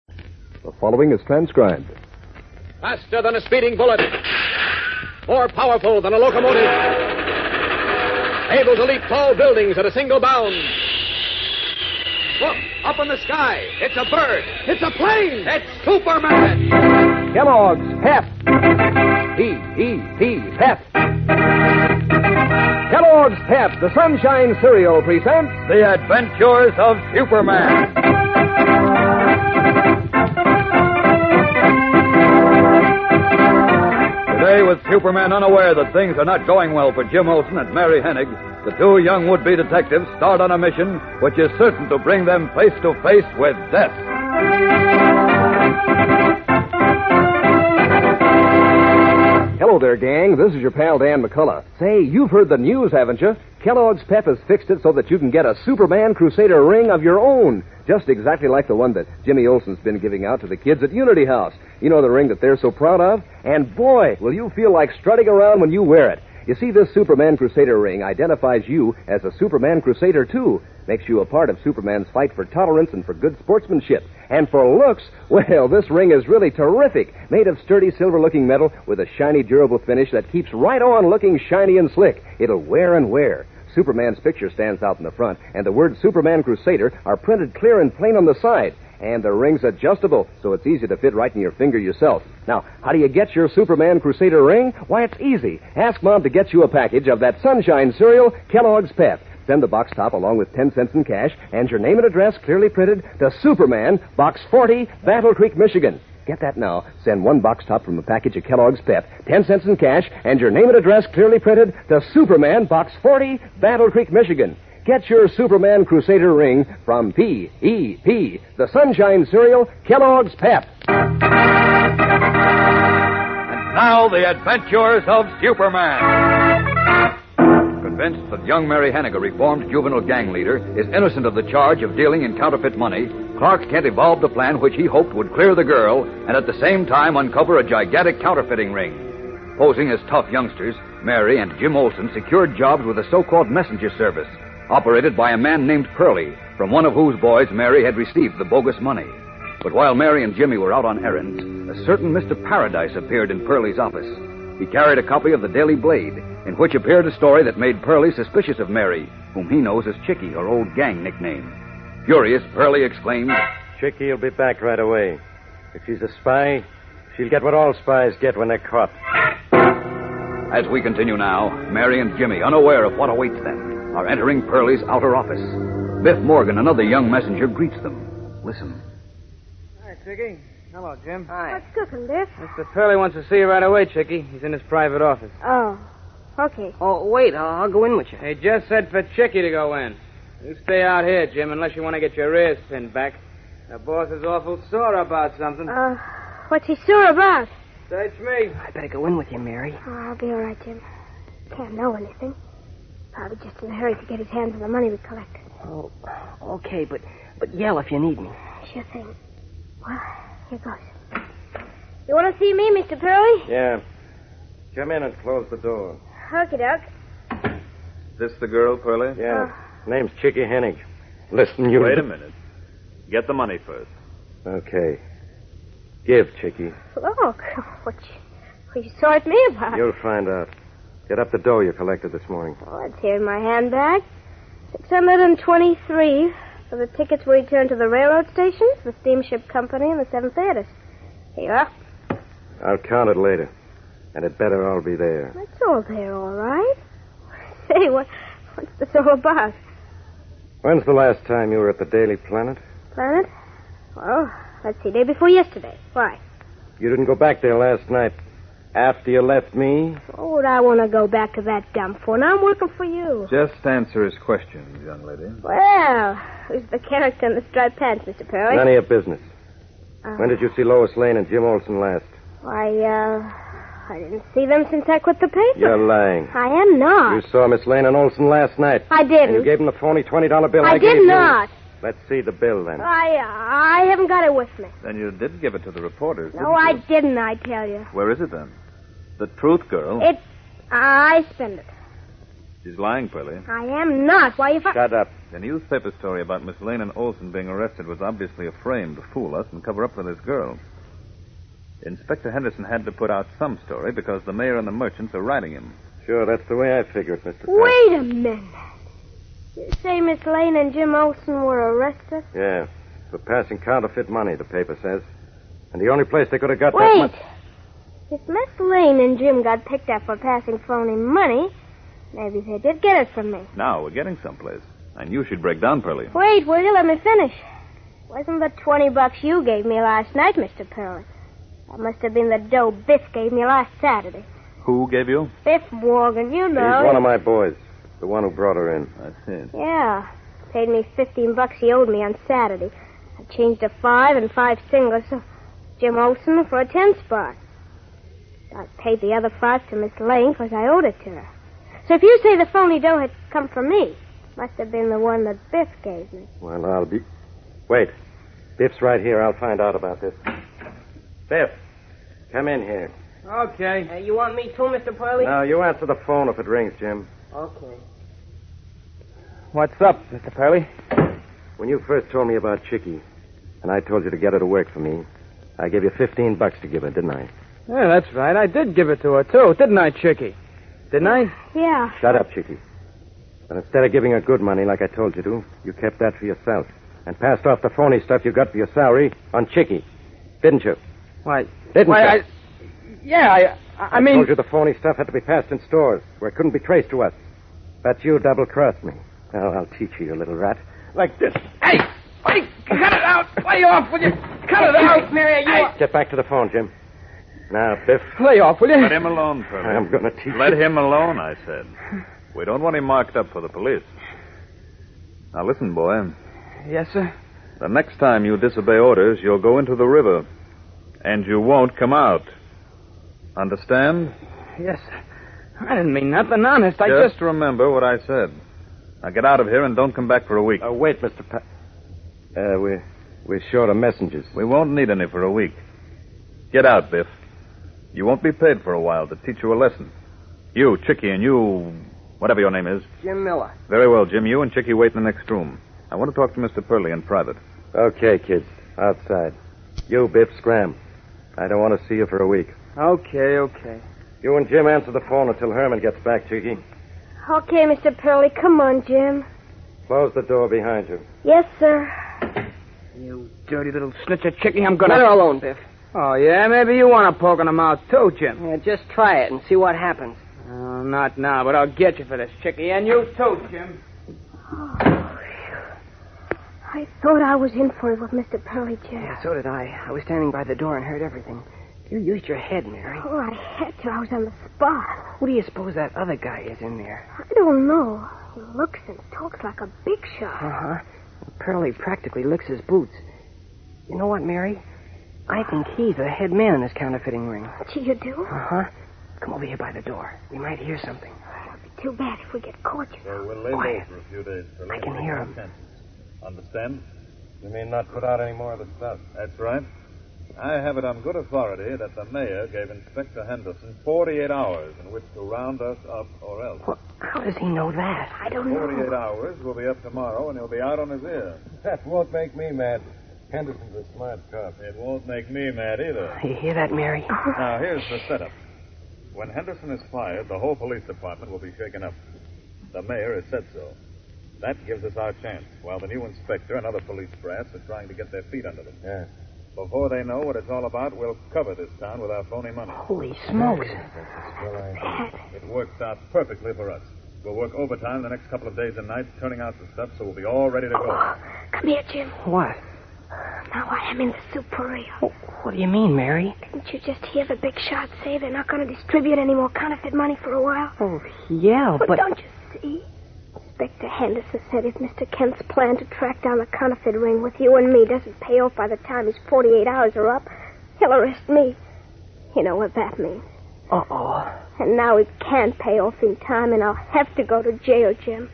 The following is transcribed. Faster than a speeding bullet. More powerful than a locomotive. Able to leap tall buildings at a single bound. Look, up in the sky. It's a bird. It's a plane. It's Superman. Kellogg's Pep. P-E-P, Pep. Kellogg's Pep, the Sunshine Cereal presents The Adventures of Superman. Today, with Superman unaware that things are not going well for Jim Olsen and Mary Hennig, the two young would-be detectives start on a mission which is certain to bring them face to face with death. Hello there, gang. This is your pal Dan McCullough. Say, you've heard the news, haven't you? Kellogg's Pep has fixed it so that you can get a Superman Crusader ring of your own. Just exactly like the one that Jimmy Olsen's been giving out to the kids at Unity House. You know the ring that they're so proud of? And boy, will you feel like strutting around when you wear it. You see, this Superman Crusader ring identifies you as a Superman Crusader, too. Makes you a part of Superman's fight for tolerance and for good sportsmanship. And for looks, well, this ring is really terrific. Made of sturdy silver looking metal with a shiny, durable finish that keeps right on looking shiny and slick. It'll wear and wear. Superman's picture stands out in the front, and the words Superman Crusader are printed clear and plain on the side. And the ring's adjustable, so it's easy to fit right in your finger yourself. Now, how do you get your Superman Crusader ring? Why, it's easy. Ask Mom to get you a package of that sunshine cereal, Kellogg's Pep. Send the box top along with 10 cents in cash and your name and address clearly printed to Superman, Box 40, Battle Creek, Michigan. Get that now. Send one box top from a package of Kellogg's Pep, 10 cents in cash, and your name and address clearly printed to Superman, Box 40, Battle Creek, Michigan. Get your Superman Crusader ring from P.E.P., the Sunshine Cereal, Kellogg's Pep. And now, the adventures of Superman. Convinced that young Mary Hennig, a reformed juvenile gang leader, is innocent of the charge of dealing in counterfeit money, Clark Kent evolved a plan which he hoped would clear the girl and at the same time uncover a gigantic counterfeiting ring. Posing as tough youngsters, Mary and Jim Olson secured jobs with a so called messenger service, operated by a man named Curly, from one of whose boys Mary had received the bogus money. But while Mary and Jimmy were out on errands, a certain Mr. Paradise appeared in Purley's office. He carried a copy of the Daily Blade, in which appeared a story that made Purley suspicious of Mary, whom he knows as Chicky, her old gang nickname. Furious, Purley exclaimed, Chicky will be back right away. If she's a spy, she'll get what all spies get when they're caught. As we continue now, Mary and Jimmy, unaware of what awaits them, are entering Pearlie's outer office. Biff Morgan, another young messenger, greets them. Listen. Hi, Chicky. Hello, Jim. Hi. What's cooking, Biff? Mr. Pearly wants to see you right away, Chicky. He's in his private office. Oh, okay. Oh, wait, I'll, I'll go in with you. He just said for Chicky to go in. You stay out here, Jim, unless you want to get your ears pinned back. The boss is awful sore about something. Uh, what's he sore about? Search me. I better go in with you, Mary. Oh, I'll be all right, Jim. Can't know anything. Probably just in a hurry to get his hands on the money we collect. Oh, okay, but but yell if you need me. Sure thing. Well, here goes. You want to see me, Mr. Pearly? Yeah. Come in and close the door. Okie doke. This the girl, Pearlie? Yeah. Ah. Name's Chicky Hennig. Listen, you. Wait a minute. Get the money first. Okay. Give, Chicky. Look, what you, what you saw at me about. You'll find out. Get up the dough you collected this morning. Oh, it's here in my handbag. 623 for the tickets we returned to the railroad stations, the steamship company, and the seven theaters. Here you are. I'll count it later. And it better all be there. That's all there, all right. Say, what, what's this all about? When's the last time you were at the Daily Planet? Planet? Well, let's see, day before yesterday. Why? You didn't go back there last night after you left me? Oh, would I want to go back to that dump for? Now I'm working for you. Just answer his questions, young lady. Well, who's the character in the striped pants, Mr. Perry? None of your business. Uh, When did you see Lois Lane and Jim Olson last? Why, uh, I didn't see them since I quit the paper. You're lying. I am not. You saw Miss Lane and Olson last night. I Ah. And didn't. you gave them the phony $20 bill I, I gave did you. not. Ah. Let's see the bill then. I I haven't got it with me. Then you did give it to the reporters. No, didn't I you? didn't. I tell you, Where is it then? The truth, girl. it. I spent it. She's lying, Pearlie. I am not. Why you? Fi- Shut up. The newspaper story about Miss Lane and Olson being arrested was obviously a frame to fool us and cover up for this girl. Inspector Henderson had to put out some story because the mayor and the merchants are riding him. Sure, that's the way I figure it, Mr. Wait a minute. You say Miss Lane and Jim Olson were arrested? Yeah. For passing counterfeit money, the paper says. And the only place they could have got that Wait. money. If Miss Lane and Jim got picked up for passing phony money, maybe they did get it from me. Now we're getting someplace. I knew she'd break down, Pearlie. Wait, will you let me finish? Wasn't the twenty bucks you gave me last night, Mister Perlin? That must have been the dough Biff gave me last Saturday. Who gave you? Biff Morgan, you know. He's one of my boys. The one who brought her in. I see. Yeah. Paid me 15 bucks he owed me on Saturday. I changed a five and five singles to Jim Olson for a 10 spot. I paid the other five to Miss Lane because I owed it to her. So if you say the phony dough had come from me, must have been the one that Biff gave me. Well, I'll be. Wait. Biff's right here. I'll find out about this. Biff, come in here. Okay. Uh, Uh, you want me too, Mr. Purley? Now, you answer the phone if it rings, Jim. Okay. What's up, Mr. Perley? When you first told me about Chicky, and I told you to get her to work for me, I gave you 15 bucks to give her, didn't I? Yeah, that's right. I did give it to her, too, didn't I, Chicky? Didn't I? Yeah. Shut up, Chicky. But instead of giving her good money like I told you to, you kept that for yourself and passed off the phony stuff you got for your salary on Chicky, didn't you? Why? Didn't why, you? I, yeah, I, I, I mean. told you the phony stuff had to be passed in stores where it couldn't be traced to us. But you double crossed me. Now I'll teach you, you little rat. Like this. Hey! Hey! Cut it out! Lay off, will you? Cut it out! Mary, you. Get back to the phone, Jim. Now, Biff. Lay off, will you? Let him alone, Pearlie. I'm going to teach Let you. him alone, I said. We don't want him marked up for the police. Now listen, boy. Yes, sir. The next time you disobey orders, you'll go into the river. And you won't come out. Understand? Yes, sir. I didn't mean nothing, honest. I just, just. remember what I said. Now get out of here and don't come back for a week. Oh, wait, Mr. Pa- Uh, we're, we're short of messengers. We won't need any for a week. Get out, Biff. You won't be paid for a while to teach you a lesson. You, Chicky, and you, whatever your name is. Jim Miller. Very well, Jim. You and Chicky wait in the next room. I want to talk to Mr. Purley in private. Okay, kids. Outside. You, Biff, scram. I don't want to see you for a week. Okay, okay. You and Jim answer the phone until Herman gets back, Chicky. Okay, Mr. Perley, come on, Jim. Close the door behind you. Yes, sir. You dirty little snitcher, Chicky, I'm gonna. Let her alone, Biff. Oh, yeah? Maybe you want to poke in the mouth, too, Jim. Yeah, just try it and see what happens. Oh, not now, but I'll get you for this, Chicky. And you, too, Jim. Oh, I thought I was in for it with Mr. Perley, Jim. Yeah, so did I. I was standing by the door and heard everything. You used your head, Mary. Oh, I had to. I was on the spot. Who do you suppose that other guy is in there? I don't know. He looks and talks like a big shot. Uh-huh. Pearlie practically licks his boots. You know what, Mary? I think he's the head man in this counterfeiting ring. Gee, you do? Uh-huh. Come over here by the door. We might hear something. It'll be too bad if we get caught, you know. We'll lay Quiet. for a few days. I can hear him. Understand? You mean not put out any more of the stuff? That's right. I have it on good authority that the mayor gave Inspector Henderson 48 hours in which to round us up or else. Well, how does he know that? I don't know. 48 hours. We'll be up tomorrow and he'll be out on his ear. That won't make me mad. Henderson's a smart cop. It won't make me mad either. You hear that, Mary? Now, here's the setup. When Henderson is fired, the whole police department will be shaken up. The mayor has said so. That gives us our chance, while the new inspector and other police brass are trying to get their feet under them. Yeah. Before they know what it's all about, we'll cover this town with our phony money. Holy smokes. It works out perfectly for us. We'll work overtime the next couple of days and nights, turning out the stuff, so we'll be all ready to go. Come here, Jim. What? Now I am in the superior. What do you mean, Mary? Didn't you just hear the big shot say they're not going to distribute any more counterfeit money for a while? Oh, yeah, But but don't you see? Inspector Henderson said if Mr. Kent's plan to track down the counterfeit ring with you and me doesn't pay off by the time his 48 hours are up, he'll arrest me. You know what that means. Uh-oh. And now it can't pay off in time, and I'll have to go to jail, Jim.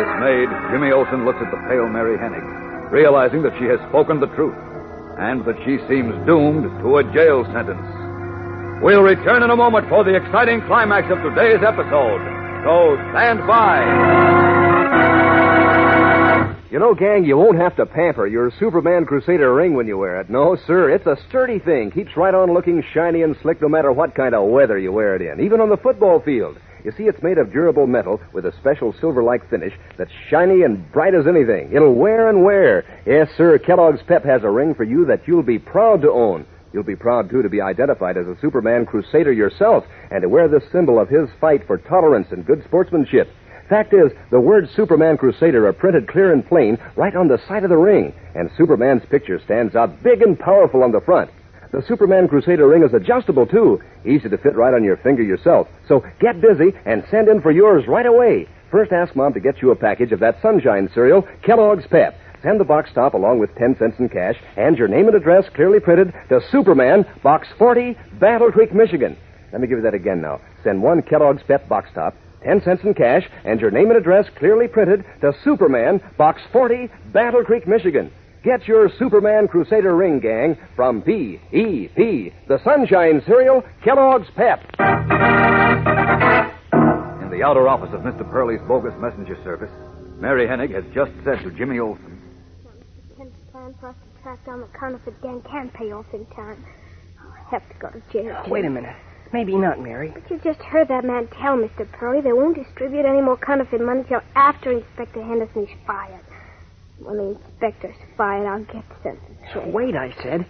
Dismayed, Jimmy Olsen looked at the pale Mary Hennig, realizing that she has spoken the truth and that she seems doomed to a jail sentence. We'll return in a moment for the exciting climax of today's episode. So stand by. You know, gang, you won't have to pamper your Superman Crusader ring when you wear it. No, sir, it's a sturdy thing. Keeps right on looking shiny and slick no matter what kind of weather you wear it in, even on the football field. You see, it's made of durable metal with a special silver-like finish that's shiny and bright as anything. It'll wear and wear. Yes, sir, Kellogg's Pep has a ring for you that you'll be proud to own. You'll be proud, too, to be identified as a Superman Crusader yourself and to wear this symbol of his fight for tolerance and good sportsmanship. Fact is, the words Superman Crusader are printed clear and plain right on the side of the ring, and Superman's picture stands out big and powerful on the front. The Superman Crusader ring is adjustable too, easy to fit right on your finger yourself. So get busy and send in for yours right away. First ask Mom to get you a package of that sunshine cereal, Kellogg's Pep. Send the box top along with 10 cents in cash and your name and address clearly printed to Superman, Box 40, Battle Creek, Michigan. Let me give you that again now. Send one Kellogg's Pep box top 10 cents in cash, and your name and address clearly printed to Superman, Box 40, Battle Creek, Michigan. Get your Superman Crusader Ring Gang from P.E.P., the Sunshine Cereal, Kellogg's Pep. In the outer office of Mr. Purley's bogus messenger service, Mary Hennig has just said to Jimmy Olsen, Kent's plan for us to track down the counterfeit gang can't pay off in time. Oh, I have to go to jail. Jim. Wait a minute. Maybe not, Mary. But you just heard that man tell Mr. Purley they won't distribute any more counterfeit money till after Inspector Henderson's fired. When the inspector's fired, I'll get sent to jail. Wait, I said.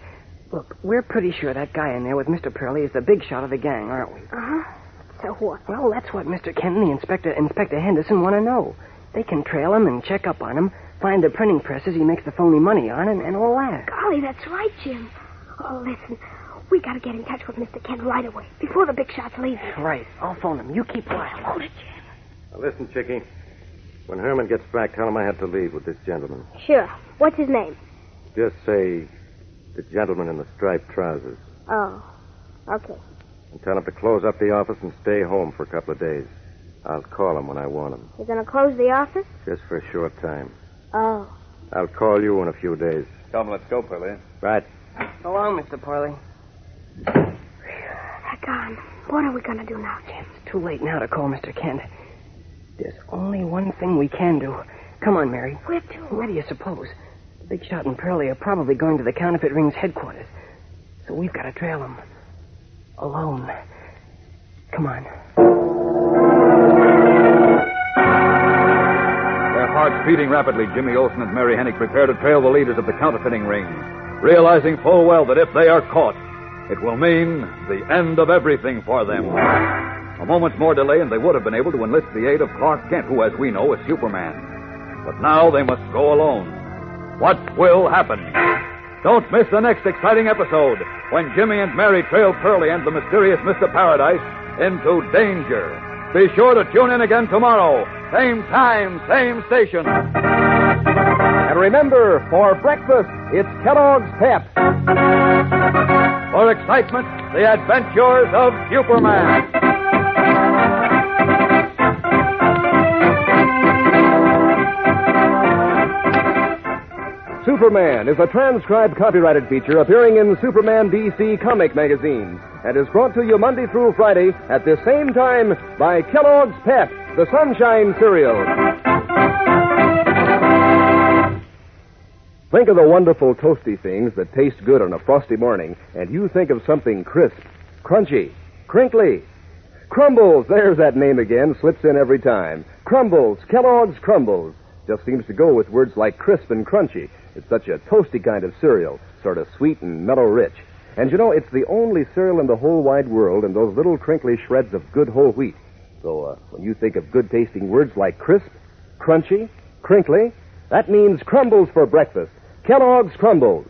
Look, we're pretty sure that guy in there with Mr. Purley is the big shot of the gang, aren't we? Uh-huh. So what? Well, that's what Mr. Kent and the inspector, Inspector Henderson, want to know. They can trail him and check up on him, find the printing presses he makes the phony money on, and, and all that. Golly, that's right, Jim. Oh, listen, we gotta get in touch with Mr. Kent right away, before the big shots leave. Right. I'll phone him. You keep quiet. Hold it, Jim. Now, listen, Chicky. When Herman gets back, tell him I had to leave with this gentleman. Sure. What's his name? Just say the gentleman in the striped trousers. Oh, okay. And tell him to close up the office and stay home for a couple of days. I'll call him when I want him, You're gonna close the office? just for a short time. Oh. I'll call you in a few days. Come, let's go, Purley. Right. So long, Mr. Purley. They're gone. um, What are we gonna do now, Jim? It's too late now to call Mr. Kent. There's only one thing we can do. Come on, Mary. Where to? Where do you suppose? The big shot and Pearlie are probably going to the counterfeit ring's headquarters. So we've got to trail them. Alone. Come on. Their hearts beating rapidly, Jimmy Olsen and Mary Hennig prepare to trail the leaders of the counterfeiting ring, realizing full well that if they are caught, it will mean the end of everything for them. A moment's more delay, and they would have been able to enlist the aid of Clark Kent, who, as we know, is Superman. But now they must go alone. What will happen? Don't miss the next exciting episode when Jimmy and Mary trail Pearlie and the mysterious Mr. Paradise into danger. Be sure to tune in again tomorrow. Same time, same station. And remember, for breakfast, it's Kellogg's Pep. For excitement, the adventures of Superman. Superman is a transcribed copyrighted feature appearing in Superman DC comic magazine and is brought to you Monday through Friday at the same time by Kellogg's Pep, the Sunshine Cereal. Think of the wonderful toasty things that taste good on a frosty morning, and you think of something crisp, crunchy, crinkly. Crumbles, there's that name again, slips in every time. Crumbles, Kellogg's Crumbles. Just seems to go with words like crisp and crunchy. It's such a toasty kind of cereal, sort of sweet and mellow rich. And you know, it's the only cereal in the whole wide world in those little crinkly shreds of good whole wheat. So uh, when you think of good tasting words like crisp, crunchy, crinkly, that means crumbles for breakfast. Kellogg's Crumbles.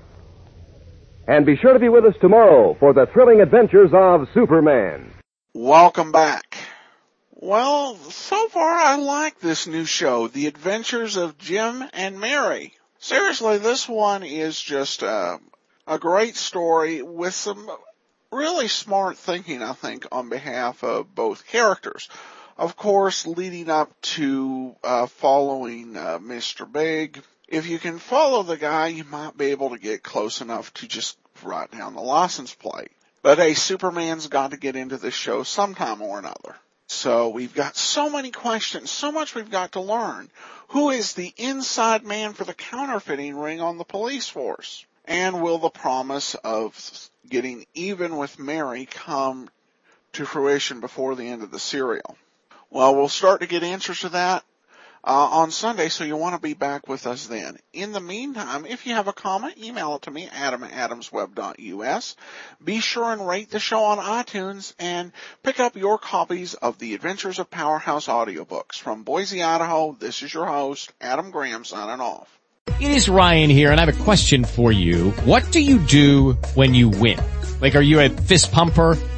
And be sure to be with us tomorrow for the thrilling adventures of Superman. Welcome back. Well, so far I like this new show, The Adventures of Jim and Mary. Seriously, this one is just uh, a great story with some really smart thinking, I think, on behalf of both characters. Of course, leading up to uh, following uh, Mr. Big, if you can follow the guy, you might be able to get close enough to just write down the license plate. But a Superman's got to get into this show sometime or another. So we've got so many questions, so much we've got to learn. Who is the inside man for the counterfeiting ring on the police force? And will the promise of getting even with Mary come to fruition before the end of the serial? Well, we'll start to get answers to that uh, on Sunday, so you want to be back with us then. In the meantime, if you have a comment, email it to me, adam at adamsweb.us. Be sure and rate the show on iTunes and pick up your copies of The Adventures of Powerhouse audiobooks. From Boise, Idaho, this is your host, Adam Graham, signing off. It is Ryan here, and I have a question for you. What do you do when you win? Like, are you a fist pumper,